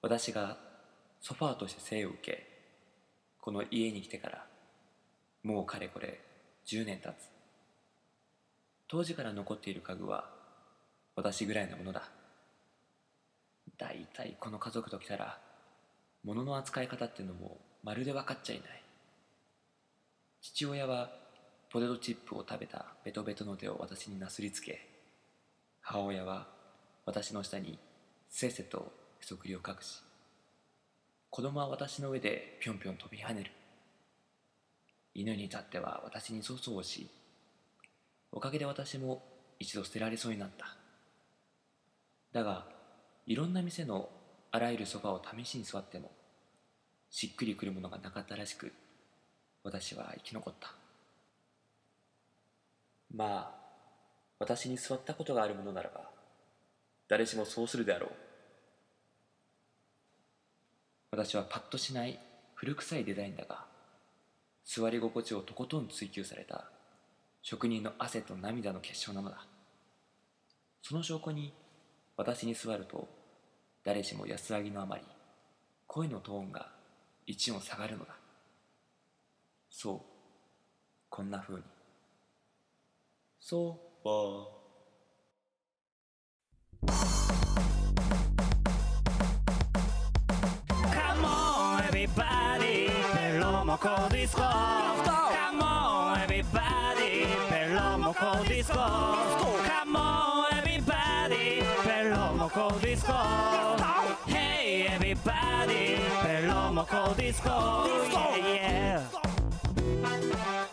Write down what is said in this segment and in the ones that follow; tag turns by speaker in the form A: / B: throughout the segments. A: 私がソファーとして生を受けこの家に来てからもうかれこれ10年経つ当時から残っている家具は私ぐらいのものだだいたいこの家族と来たら物の扱い方ってのもまるで分かっちゃいない父親はポテトチップを食べたベトベトの手を私になすりつけ母親は私の下にせっせとへそくりを隠し子供は私の上でぴょんぴょん飛び跳ねる犬に至っては私に粗相をしおかげで私も一度捨てられそうになっただがいろんな店のあらゆるソファを試しに座ってもしっくりくるものがなかったらしく私は生き残ったまあ私に座ったことがあるものならば誰しもそうするであろう私はパッとしない古臭いデザインだが座り心地をとことん追求された職人の汗と涙の結晶なのだその証拠に私に座ると誰しも安らぎのあまり声のトーンが一音下がるのだそうこんな風にソファー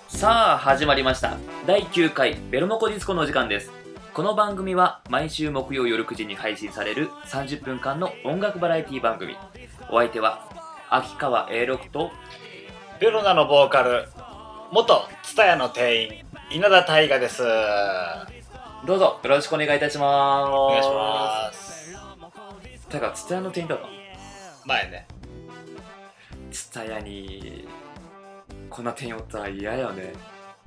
A: さあ始まりました第9回ベロモコディスコのお時間ですこの番組は毎週木曜夜9時に配信される30分間の音楽バラエティ番組お相手は秋川 A6 と
B: ルロナのボーカル元蔦屋の店員稲田大我ですお
A: どうぞよろしくお願いいたしますお
B: 願いします
A: すだから蔦屋の店員だったの
B: 前ね
A: 蔦屋にこんな店員おったら嫌よね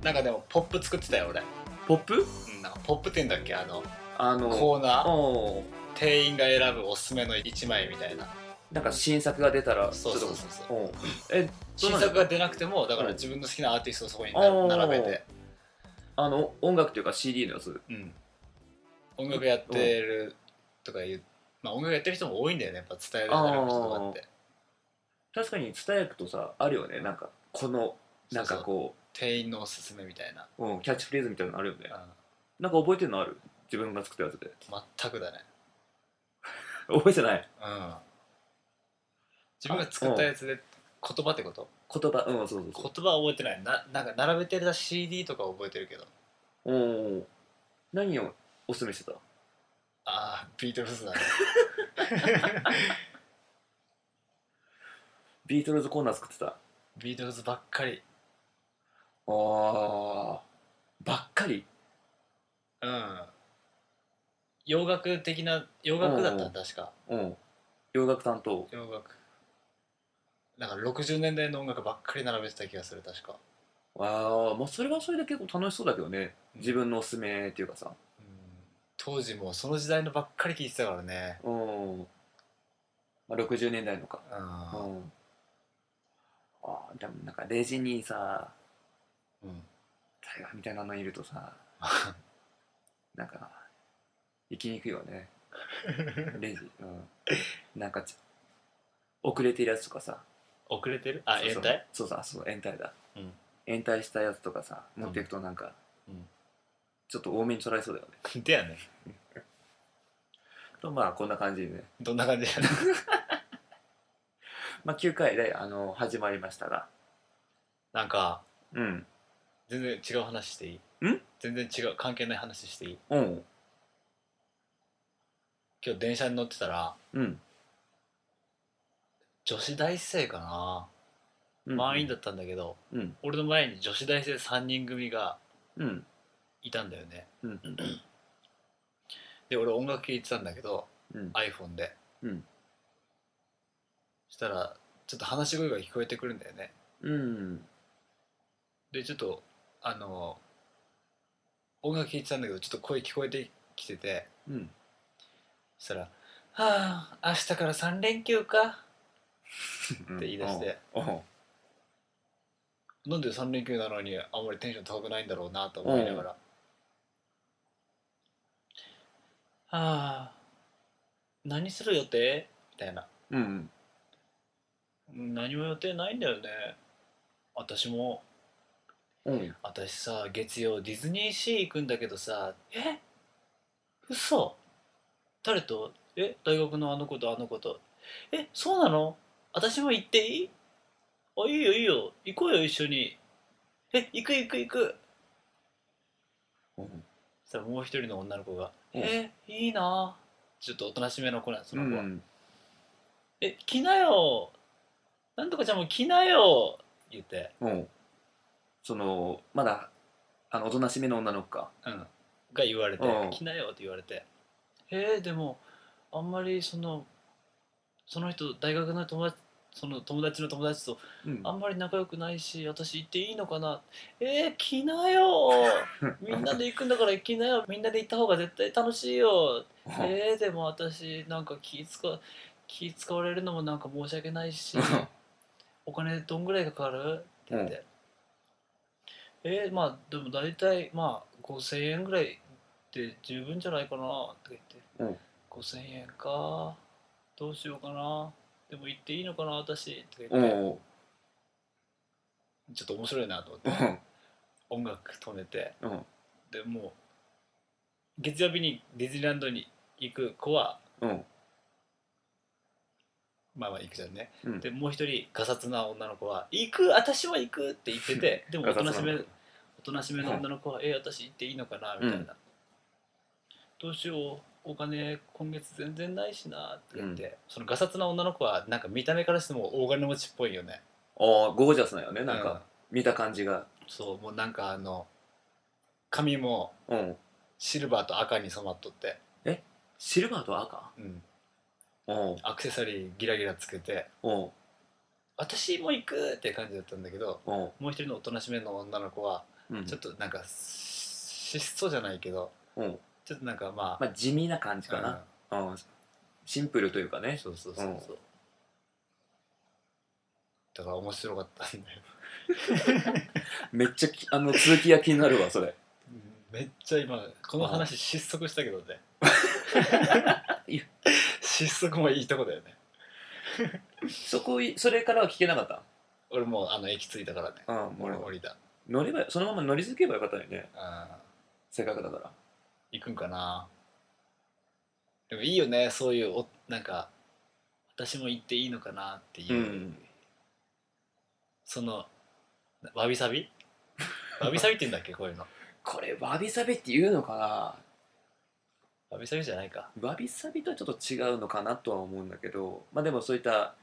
B: なんかでもポップ作ってたよ俺、
A: ポップ
B: うん、なんかポップって言うんだっけあの
A: あの
B: コーナー
A: おう
B: 店員が選ぶおすすめの1枚みたいな
A: なんか新作が出たら
B: そうそうそう
A: ちょ
B: そう
A: っとおうえどう
B: 新
A: なん
B: 作が出なくてもだから自分の好きなアーティストをそこにな
A: うん
B: 並べて、
A: あの音楽というか CD のやつ
B: うん、音楽やってるとかいう、まあ、音楽やってる人も多いんだよねやっぱ伝えられる人とかって
A: 確かに伝えるとさあるよねなんかこのなんかこ
B: 店員のおすすめみたいな、
A: う、うん、キャッチフレーズみたいなのあるよね
B: う
A: なんか覚えてるのある自分が作ったやつで
B: ん、全くだね
A: 覚えてない
B: うん自分が作ったやつで言葉ってこと
A: 言葉うんそうそう
B: 言
A: そう
B: 葉は覚えてないななんか並べてた CD とかは覚えてるけど
A: おう何をおすすめしてた
B: ああビートルズだね
A: ビートルズコーナー作ってた
B: ビートルズばっかり
A: ああばっかり
B: うん洋楽的な洋楽だったの確か
A: うん洋楽担当
B: 洋楽なんか60年代の音楽ばっかり並べてた気がする確か、
A: ああまあそれはそれで結構楽しそうだけどね
B: うん
A: 自分のおすすめっていうかさ
B: うん、当時もうその時代のばっかり聴いてたからね
A: うん、まあ、60年代のか
B: うん
A: うんあーでもなんかレジにさ
B: うん
A: タイガーみたいなのいると さなんか行きにくいよねレジ、うん、なんかち遅れてるやつとかさ
B: 遅れてるあ
A: そう
B: 延
A: そう
B: 滞
A: そうそうそう延滞だ、
B: うん
A: 延滞したやつとかさ持っていくとなんか、
B: うん
A: ちょっと多めに取られそうだよね
B: でやね
A: とまあこんな感じでね、
B: どんな感じやね
A: まあ、9回であの始まりましたが
B: なんか
A: うん
B: 全然違う話していい
A: ん
B: 全然違う関係ない話していい
A: うん
B: 今日電車に乗ってたら
A: うん
B: 女子大生かな、
A: うん
B: 満員だったんだけど
A: うん
B: 俺の前に女子大生3人組が
A: うん
B: いたんだよね
A: うん
B: で俺音楽聴いてたんだけど
A: うん
B: iPhone で
A: うん
B: したらちょっと話し声が聞こえてくるんだよね
A: うん
B: でちょっとあの音楽聴いてたんだけどちょっと声聞こえてきてて
A: うん
B: そしたら「はあ明日から3連休か
A: うん
B: って言い出して
A: うんうん
B: なんで3連休なのにあんまりテンション高くないんだろうなと思いながら、はあ何する予定みたいな
A: うんうん
B: うん何も予定ないんだよね私も
A: うん
B: 私さ月曜ディズニーシー行くんだけどさえ嘘誰とえ大学のあの子とあの子とえそうなの私も行っていいあいいよいいよ行こうよ一緒にえ行く行く行く
A: うん
B: そしたらもう一人の女の子が「
A: うん
B: えいいなちょっとおとなしめの子なんその子は、
A: うん
B: え来なよなんとかちゃんも来なよ」言って
A: うんそのまだあのおとなしめの女の子か
B: うん、が言われて
A: うん
B: 「来なよ」って言われて「えー、でもあんまりそのその人大学の友達その友達の友達と
A: うん
B: あんまり仲良くないし私行っていいのかなえー、来な よみんなで行くんだから行きなよみんなで行った方が絶対楽しいよえー、でも私なんか気使う気使われるのもなんか申し訳な いしお金どんぐらいかかる?」って言って、えー、まあでも大体まあ5000円ぐらいで十分じゃないかなって言って、5000円かどうしようかなでも行っていいのかな私って
A: う
B: 言
A: ん
B: っ
A: う
B: て、
A: ん
B: ちょっと面白いなと思って、
A: うん
B: 音楽止めて
A: うん
B: でもう月曜日にディズニーランドに行く子は
A: うん
B: まあまあ行くじゃんね、
A: うん
B: でもう一人がさつな女の子は「行く私も行く!」って言っててでもおとなしめおとなしめの女の子は「え私行っていいのかな?」みたいな、
A: うん
B: どうしようお金今月全然ないしな」って言って、そのがさつな女の子はなんか見た目からしても大金持ちっぽいよね
A: ああゴージャスなんよねなん
B: うん
A: か見た感じが
B: そうもうなんかあの髪も
A: うん
B: シルバーと赤に染まっとって、
A: シルバーと赤
B: うん、
A: うん
B: アクセサリーギラギラつけて
A: うん
B: 「私も行く!」って感じだったんだけど
A: うん
B: もう一人のおとなしめの女の子は
A: うん
B: ちょっとなんかし質素じゃないけど
A: うん
B: ちょっとなんかまあ、
A: まあ地味な感じか
B: うん
A: なうんシンプルというかね
B: そうそうそうそう、だから面白かったんだよ
A: めっちゃきあの続きが気になるわそれ
B: めっちゃ今この話失速したけどね
A: いや
B: 失速もいいとこだよね
A: そこいそれからは聞けなかっ
B: 俺もうあの駅着いたからね
A: たうん
B: 俺
A: も
B: 降
A: う
B: りた
A: 乗ればそのまま乗り続けばよかったよね
B: あー
A: せっかくだから
B: 行くんかなでもいいよねそういうおなんか私も行っていいのかなっていう、
A: うん
B: そのわびさびわびさびって言うんだっけこういうの
A: これわびさびって言うのか
B: わびさびじゃないか
A: なわびさびとはちょっと違うのかなとは思うんだけどまあでもそういった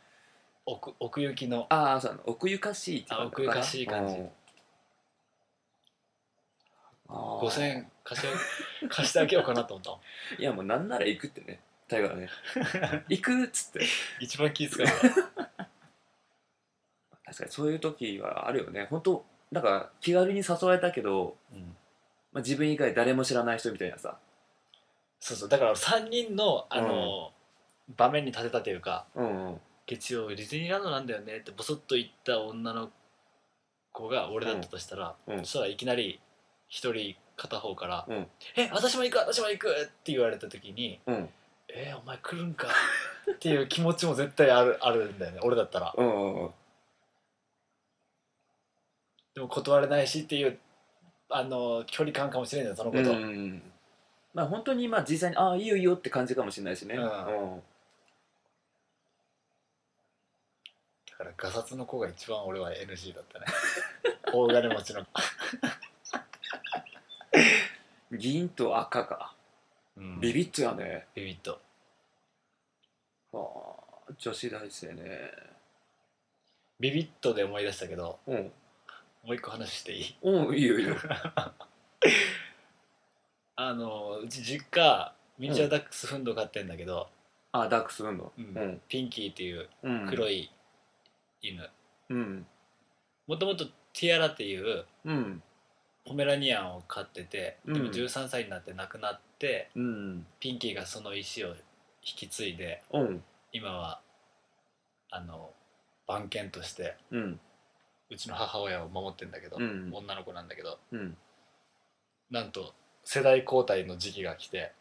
B: 奥奥行きの
A: ああそうなの奥ゆかしいって感じかな
B: あ奥ゆかしい感じ
A: うんあー
B: 5000円貸し貸してあげようかなと思ったもん
A: いやもうなんなら行くってね大河ね 行くっつって
B: 一番気遣うわ
A: 確かにそういう時はあるよね本当なんか気軽に誘われたけど、
B: うん
A: まあ、自分以外誰も知らない人みたいなさ
B: そうそうだから3人のあの、場面に立てたというか
A: うんうん
B: 月曜ディズニーランドなんだよねってボソッと言った女の子が俺だったとしたら、
A: うんうん
B: そしたらいきなり一人片方から「
A: うん
B: え私も行く私も行く!」って言われた時に
A: うん
B: 「えーお前来るんか」っていう気持ちも絶対あるあるんだよね俺だったら。
A: うんうんうん
B: でも断れないしっていうあの距離感かもしれないそのこと、
A: うんまあ本当にまあ実際にああいいよいいよって感じかもしれないしね
B: う
A: うんん、
B: だからガサツの子が一番俺は NG だったね大金持ちの子、
A: 銀と赤か
B: うん
A: ビビッとやね、
B: ビビッと
A: ああ女子大生ね
B: ビビッとで思い出したけど
A: うん
B: もう一個話していい
A: うんいいよいいよ
B: あのうち実家ミニチュアダックスフンド買ってんだけど、
A: あダックスフンド
B: うん
A: うん
B: ピンキーっていう
A: うん
B: 黒い犬
A: うん
B: もともとティアラっていう
A: うん
B: ポメラニアンを飼っててで
A: う
B: も
A: ん
B: 13歳になって亡くなって、
A: うん
B: ピンキーがその石を引き継いで
A: うん
B: 今はあの番犬として
A: うん
B: うちの母親を守ってんだけど、
A: うん
B: 女の子なんだけど
A: うん
B: なんと世代交代の時期が来て、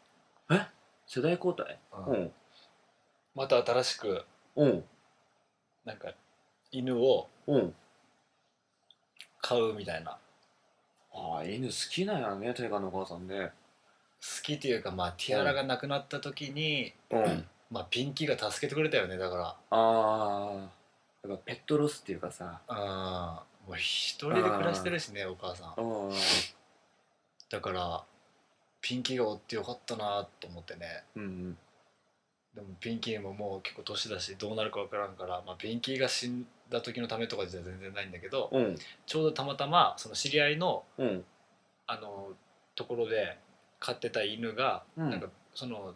A: 世代交代
B: うん
A: うん
B: また新しく
A: うん
B: なんか犬を
A: うん
B: 買うみたいな
A: ああ犬好きなんやねテイカのお母さんね
B: 好きっていうかまあティアラがなくなった時に、
A: うん
B: まあピンキーが助けてくれたよねだか
A: ああやっぱペットロスっていうかさ
B: らうんもう一人で暮らしてるしねお母さん
A: うん
B: だからピンキーがおってよかったなと思ってね
A: うん
B: でもピンキーももう結構年だしどうなるかわからんから、まあ、ピンキーが死んだ時のためとかじゃ全然ないんだけど
A: うん
B: ちょうどたまたまその知り合いの
A: うん
B: あのところで飼ってた犬が、
A: うん
B: なんかその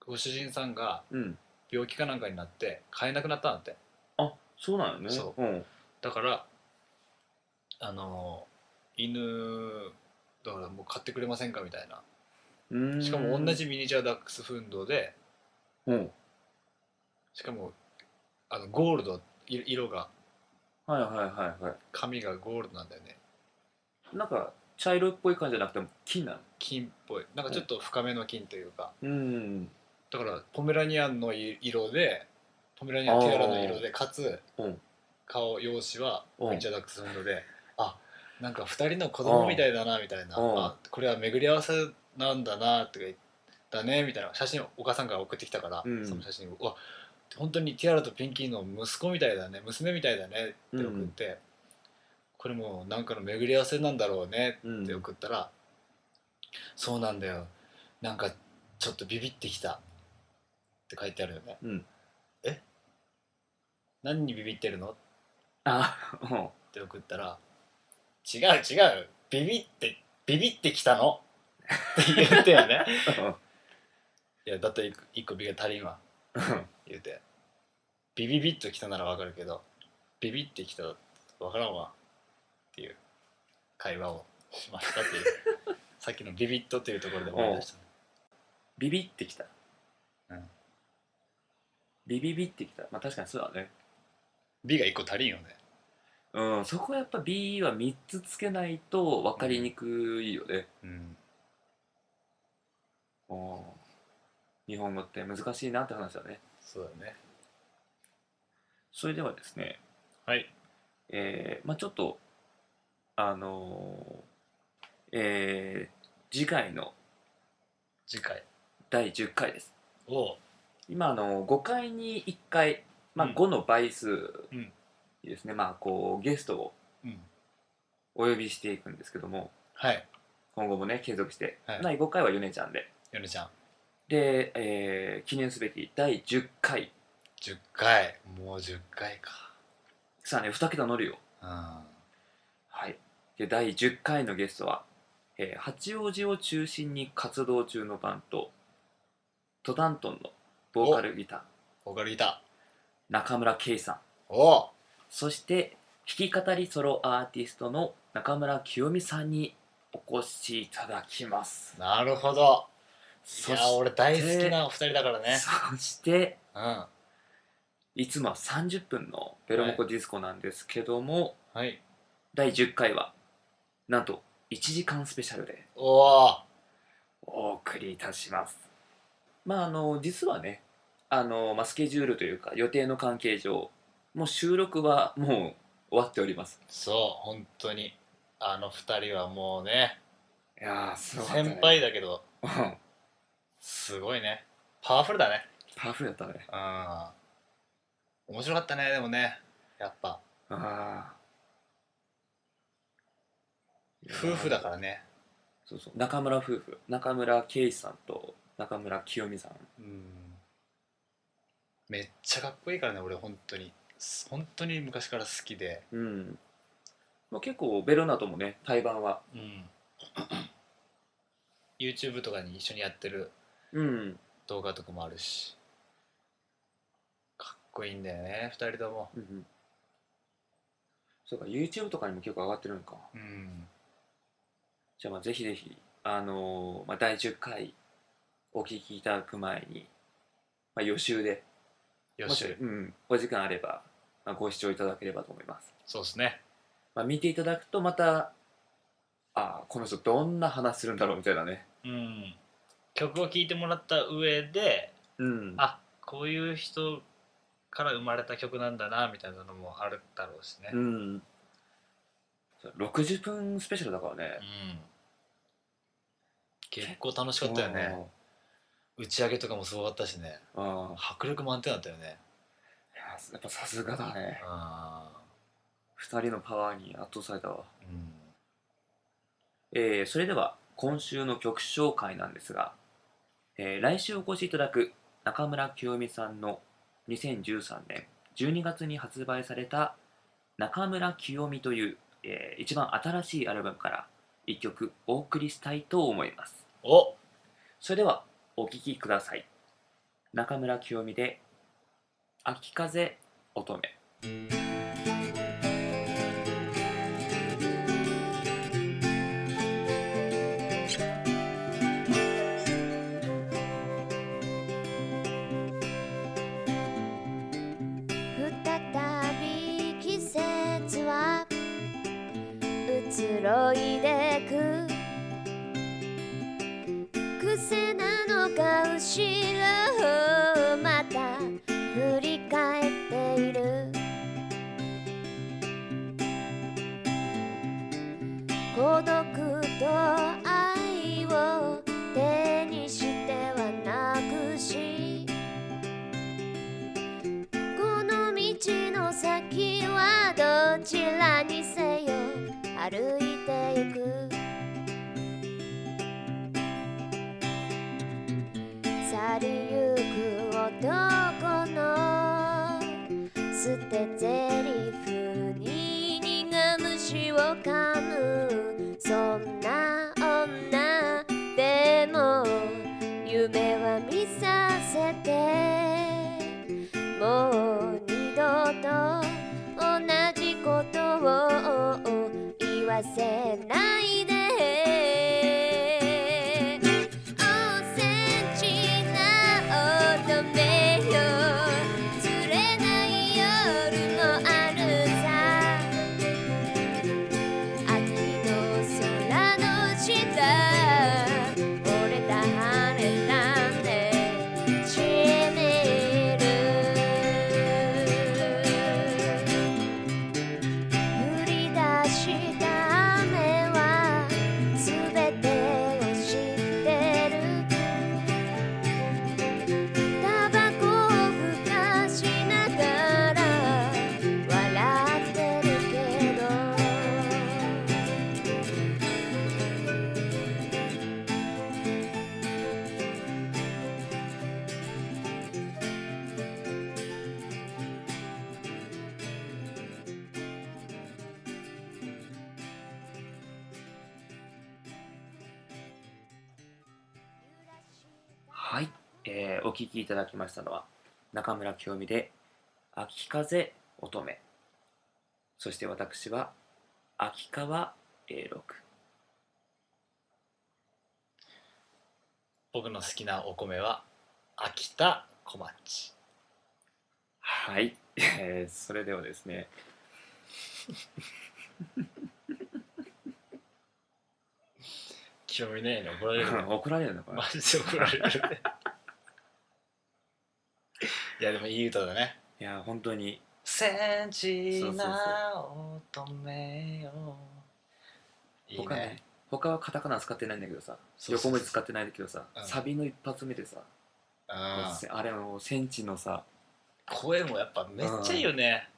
B: ご主人さんが
A: うん
B: 病気かなんかになって飼えなくなったんだって
A: あそうなんよね
B: そう
A: うん
B: だからあの犬だからもう飼ってくれませんかみたいな
A: うーん
B: しかも同じミニチュアダックスフンドで
A: うん
B: しかもあのゴールドい色が
A: はいはいはいは
B: 髪がゴールドなんだよね
A: いなんか茶色っぽい感じじゃなくて金なの
B: 金っぽいなんかちょっと深めの金というか
A: うん
B: だからポメラニアンの色でポメラニアンティアラの色でかつ
A: うん
B: 顔容姿は
A: うん
B: ミニチュアダックスフンドであなんか2人の子供みたいだなみたいな
A: うん
B: あこれは巡り合わせなんだなっていうかだねみたいな写真をお母さんから送ってきたから、
A: うん
B: その写真をうわ本当にティアラとピンキーの息子みたいだね娘みたいだねって送って、これもうなんかの巡り合わせなんだろうね
A: うん
B: って送ったら、そうなんだよなんかちょっとビビってきたって書いてあるよね、
A: うん
B: え何にビビってるの
A: あうん
B: って送ったら「違う違うビビってビビってきたの」って言って よねいやだって一個ビが足りんわ言うてビビビッときたならわかるけどビビってきたらわからんわっていう会話をしましたっていう さっきのビビッとっていうところで思い出したね
A: ビビってきた、
B: うん
A: ビビビってきたまあ確かにそうだね
B: ビが一個足りんよね
A: うんそこはやっぱ B は3つつけないと分かりにくいよね、
B: うん
A: うん日本語って難しいなって話だね
B: そうだね
A: それではですね
B: はい
A: えーまあちょっとあのーえー次回の
B: 次回
A: 第10回です
B: を
A: 今あの5回に1回、まあ、
B: うん
A: 5の倍数
B: うん
A: ですね、まあこうゲストを
B: うん
A: お呼びしていくんですけども
B: はい
A: 今後もね継続して、
B: はい
A: 第5回は米ちゃんで
B: ヨネちゃん
A: で、えー記念すべき第10回
B: 10回もう10回か
A: さあね2桁乗るよ
B: う
A: はいで第10回のゲストは、えー八王子を中心に活動中のバンドトダントンのボーカルギター
B: んボーカルギタ
A: 中村圭さん
B: ーおお
A: そして弾き語りソロアーティストの中村清美さんにお越しいただきます。
B: なるほどい
A: そ
B: や
A: し
B: 俺大好きなお二人だからね
A: そして
B: うんはい
A: つもは30分のベロモコディスコなんですけども、
B: い
A: 第10回はなんと1時間スペシャルで
B: おお
A: お送りいたします。まああの実はねあの、まあ、スケジュールというか予定の関係上もう収録はもう終わっております。
B: そう本当にあの二人はもうね
A: いやーすごかったね
B: 先輩だけど
A: うん
B: すごいねパワフルだね
A: パワフルだったね。
B: うん面白かったねでもねやっぱ
A: ああ
B: 夫婦だからね
A: そうそう中村夫婦中村圭司さんと中村清美さん
B: うんめっちゃかっこいいからね俺本当に本当に昔から好きで
A: うん、まあ、結構ベロナともね対バンは
B: うん YouTube とかに一緒にやってる
A: うん
B: 動画とかもあるしかっこいいんだよね二人とも
A: うんうんそうか YouTube とかにも結構上がってるのか
B: うん
A: じゃあまあぜひぜひあのーまあ、第10回お聞きいただく前にまあ、予習で
C: 予習
A: もしうん、お時間あれば、まあ、ご視聴いただければと思います、
C: そうですね
A: まあ、見ていただくとまたああこの人どんな話するんだろうみたいなね
C: うん曲を聴いてもらった上で
A: うん
C: あこういう人から生まれた曲なんだなみたいなのもあるだろうしね
A: うんそう60分スペシャルだからね
C: うん結構楽しかったよね打ち上げとかもすごかったしね
A: うんうん
C: 迫力満点だったよね
A: やっぱさすがだね
C: あ
A: 2人のパワーに圧倒された
C: ー
A: わ
C: うん
A: えーそれでは今週の曲紹介なんですが、えー来週お越しいただく中村清美さんの2013年12月に発売された「中村清美」という、えー一番新しいアルバムから1曲お送りしたいと思います
C: お
A: それではお聴きください中村清美で「秋風乙女」
D: 再び季節は移ろいでく癖なのか後ろをまた振り返っている孤独と愛を手にしてはなくしこの道の先はどちらにせよ歩いてゆく去りゆく男の捨て台詞に苦虫を噛むそんな女でも夢は見させてもう二度と同じことを言わせないでおせちな乙女よ釣れない夜もあるさ秋の空の下折れた羽なんてしみる降り出した雨はすべてを知ってるタバコをふかしながら笑ってるけど
A: はい、えーお聴きいただきましたのは中村清美で「秋風乙女」そして私は秋川 A6
C: 僕の好きなお米は秋田小町
A: はい、えーそれではですね
C: 清美ねえに怒られる ね
A: 怒られるのか
C: マ
A: な
C: ジで怒られるねいやでもいい歌だね
A: いや本当に
C: 「センチ
A: な
C: な乙女よ」いい
A: 他ね
C: ね
A: 他はカタカナ使ってないんだけどさ
C: そうそうそう
A: 横文字使ってないんだけどさ、
C: うん
A: サビの一発目でさ、
C: うん
A: せあれのセンチのさ
C: 声もやっぱめっちゃいいよね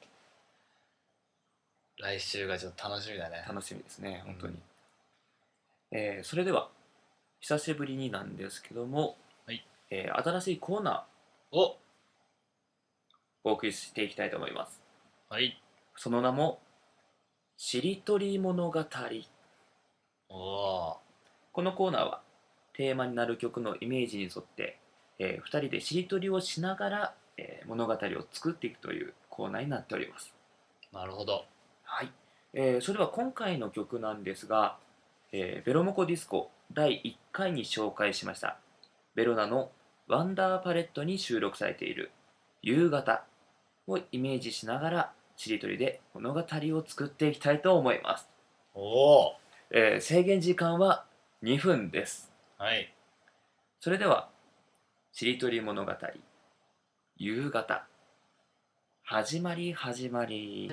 C: 来週がちょっと楽しみだね
A: 楽しみですね本当に、
C: うん
A: えーそれでは久しぶりになんですけども、
C: はい
A: えー新しいコーナー
C: お
A: お送りしていきたいと思います
C: はい
A: その名も「しりとり物語」
C: おお
A: このコーナーはテーマになる曲のイメージに沿って、え2人でしりとりをしながら、えー物語を作っていくというコーナーになっております
C: ーなるほど
A: はい、えーそれでは今回の曲なんですが、えーベロモコディスコ第1回に紹介しましたベロナの「ワンダーパレットに収録されている夕方をイメージしながらしりとりで物語を作っていきたいと思います、
C: おお
A: えー制限時間は2分です
C: はい
A: それでは「しりとり物語夕方」始まり始まり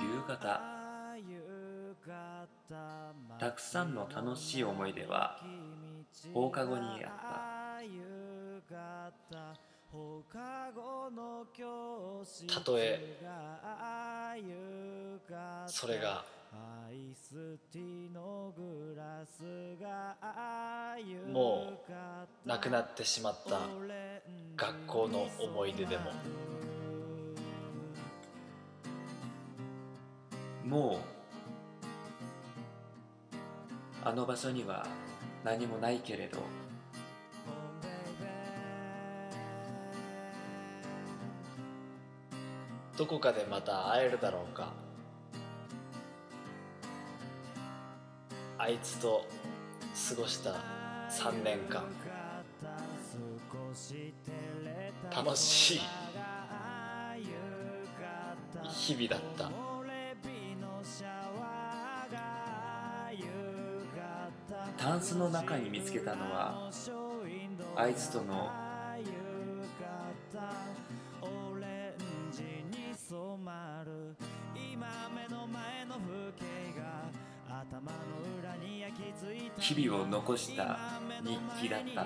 A: 夕方たくさんの楽しい思い出は放課後にあった
B: たとえそれがもうなくなってしまった学校の思い出でも
A: もうあの場所には何もないけれど
B: どこかでまた会えるだろうかあいつと過ごした3年間楽しい日々だった
A: タンスの中に見つけたのはあいつとの日々を残した日記だった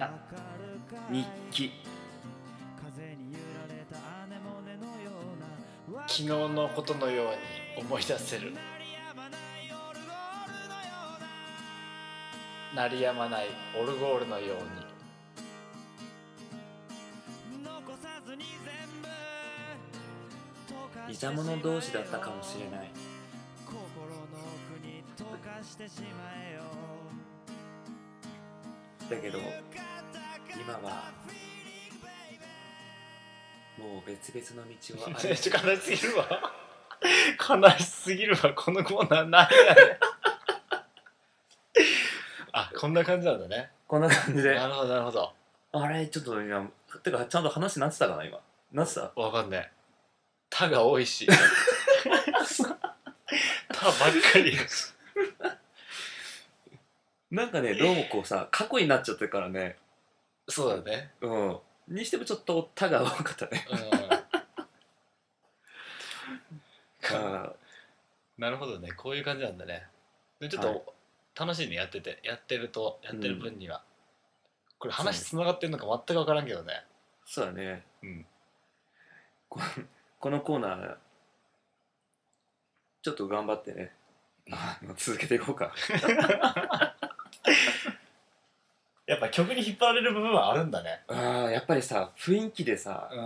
A: あ日記
B: 昨日のことのように思い出せる鳴りやまないオルゴールのように
A: 似た者同士だったかもしれないだけど今はもう別々の道を歩い て
B: ね ちょっと悲しすぎるわ悲しすぎるわこのコーナー何やねん あこんな感じなんだね
A: こんな感じで
B: なるほどなるほど
A: あれちょっと今てかちゃんと話なってたかな今なってた
B: わかんない「た」が多いし「 た」ばっか り
A: なんかねどうもこうさ過去になっちゃってるからね
B: そうだね
A: うんにしてもちょっと「た」が多かったね
B: うん
A: あ
B: なるほどねこういう感じなんだねでちょっと、
A: はい
B: 楽しいねやっててやってるとやってる分には、これ話
A: そう
B: つながってるのか全く分からんけどね
A: そうだね
B: うん
A: ここのコーナーちょっと頑張ってねあの続けていこうか
B: やっぱ曲に引っ張られる部分はあるんだね
A: あーやっぱりさ雰囲気でさ
B: う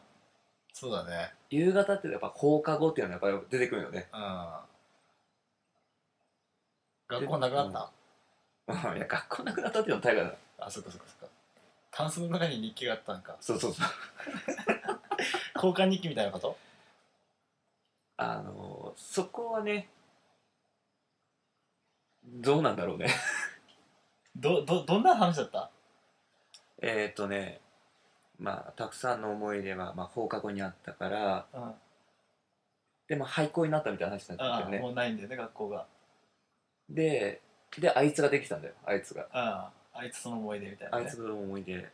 B: んそうだね
A: 夕方ってやっぱ放課後っていうのがやっぱり出てくるよね
B: うん学校なくなった、
A: うんいや学校なくなったっていうのは大河だ
B: あそっかそっかそっかタンスの中に日記があったんか
A: そうそうそう
B: 交換日記みたいなこと
A: あのそこはねどうなんだろうね
B: どどどんな話だった
A: えっとねまあたくさんの思い出は、まあ、放課後にあったから
B: うんあ
A: でも廃校になったみたいな話になった
B: あ
A: んだよね
B: もうないんだよね学校が
A: でであいつができたんだよあいつが
B: あああいつその思い出みたいな、
A: あ
B: ね、
A: いつの思い出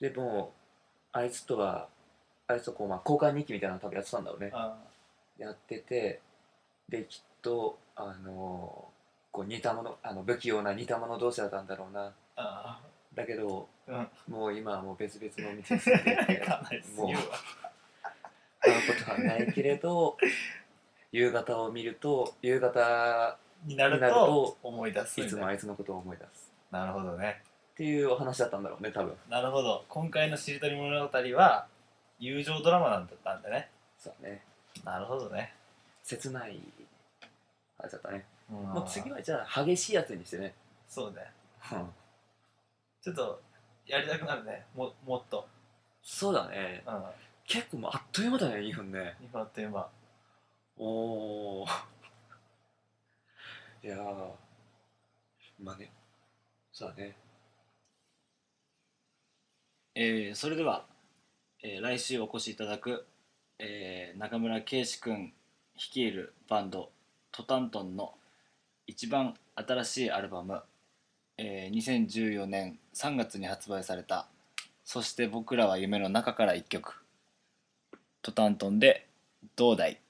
A: でもあいつとはあいつとこう、まあ、交換日記みたいなの多分やってたんだろうね
B: あ
A: やっててできっとあのこう似たものあの不器用な似た者同士だったんだろうな
B: ああ
A: だけど
B: あうん
A: もう今はもう別々の道に進んでいて
B: 悲しす ぎるわ
A: 会うことはないけれど夕方を見ると夕方
B: になる
A: になる
B: と
A: と
B: 思い出す
A: い
B: み
A: つ
B: たい
A: も
B: な
A: あいつのことを思い出す
B: なるほどね
A: っていうお話だったんだろうね多分
B: なるほど今回の「しりとり物語」は友情ドラマなんだったんだね
A: そうだね
B: なるほどね、
A: 切ない話だったね
B: うん
A: もう次はじゃあ激しいやつにしてね
B: そうね
A: うん
B: ちょっとやりたくなるねももっと、
A: そうだね
B: うん、
A: 結構もうあっという間だね2分ね
B: 今あっという間
A: おおいやーまあねそうだね
E: えーそれでは、えー来週お越しいただく、えー中村圭司君率いるバンドトタントンの一番新しいアルバム、えー2014年3月に発売された「そして僕らは夢の中から一曲」トタントンで「どうだい」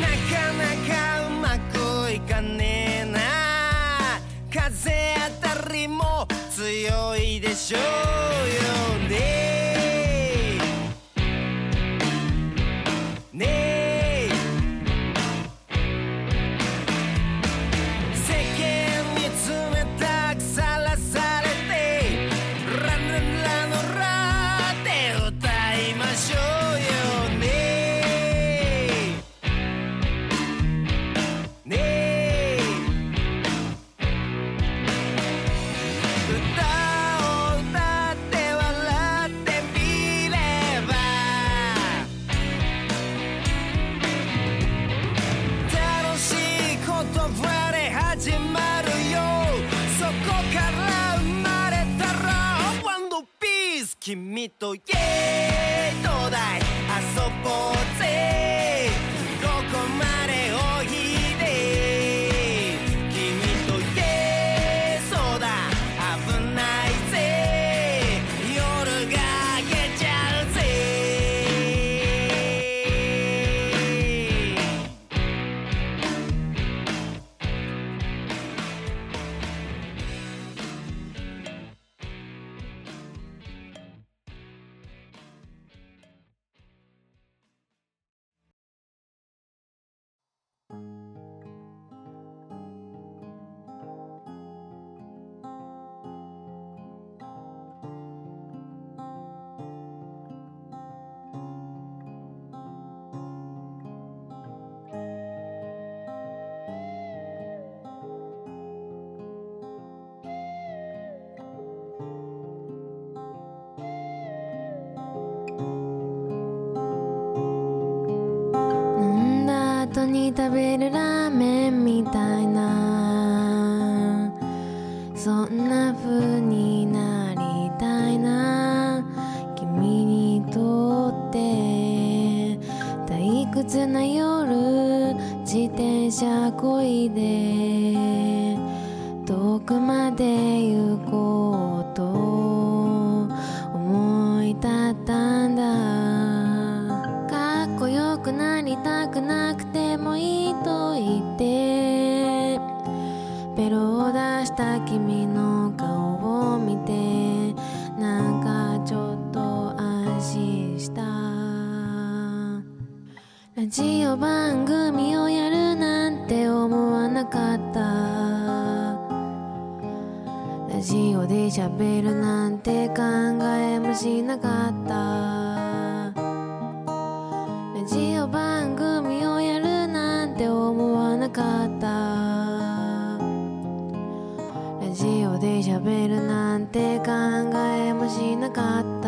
F: なかなかうまくいかねえな風当たりも強いでしょうよねねえ世間に冷たくさらされてラララのラって歌いましょうよねねえ歌を歌って笑ってみれば楽しいことはで始まるよそこから生まれたらワンドピース君とイエーイどうだい遊ぼうぜここまでおいで君とイエーイそうだ危ないぜ夜が明けちゃうぜ
D: 飲んだ後に食べるラーメンみたいなそんな風になりたいな君にとって退屈な夜自転車こいで遠くまで行こうと思い立ったんだかっこよくなりたくなくてもいいと言ってベロを出した君の顔を見てなんかちょっと安心したラジオ番組をやるなんて思わなかったラジオで喋るなんて考えもしなかったラジオ番組をやるなんて思わなかったラジオで喋るなんて考えもしなかった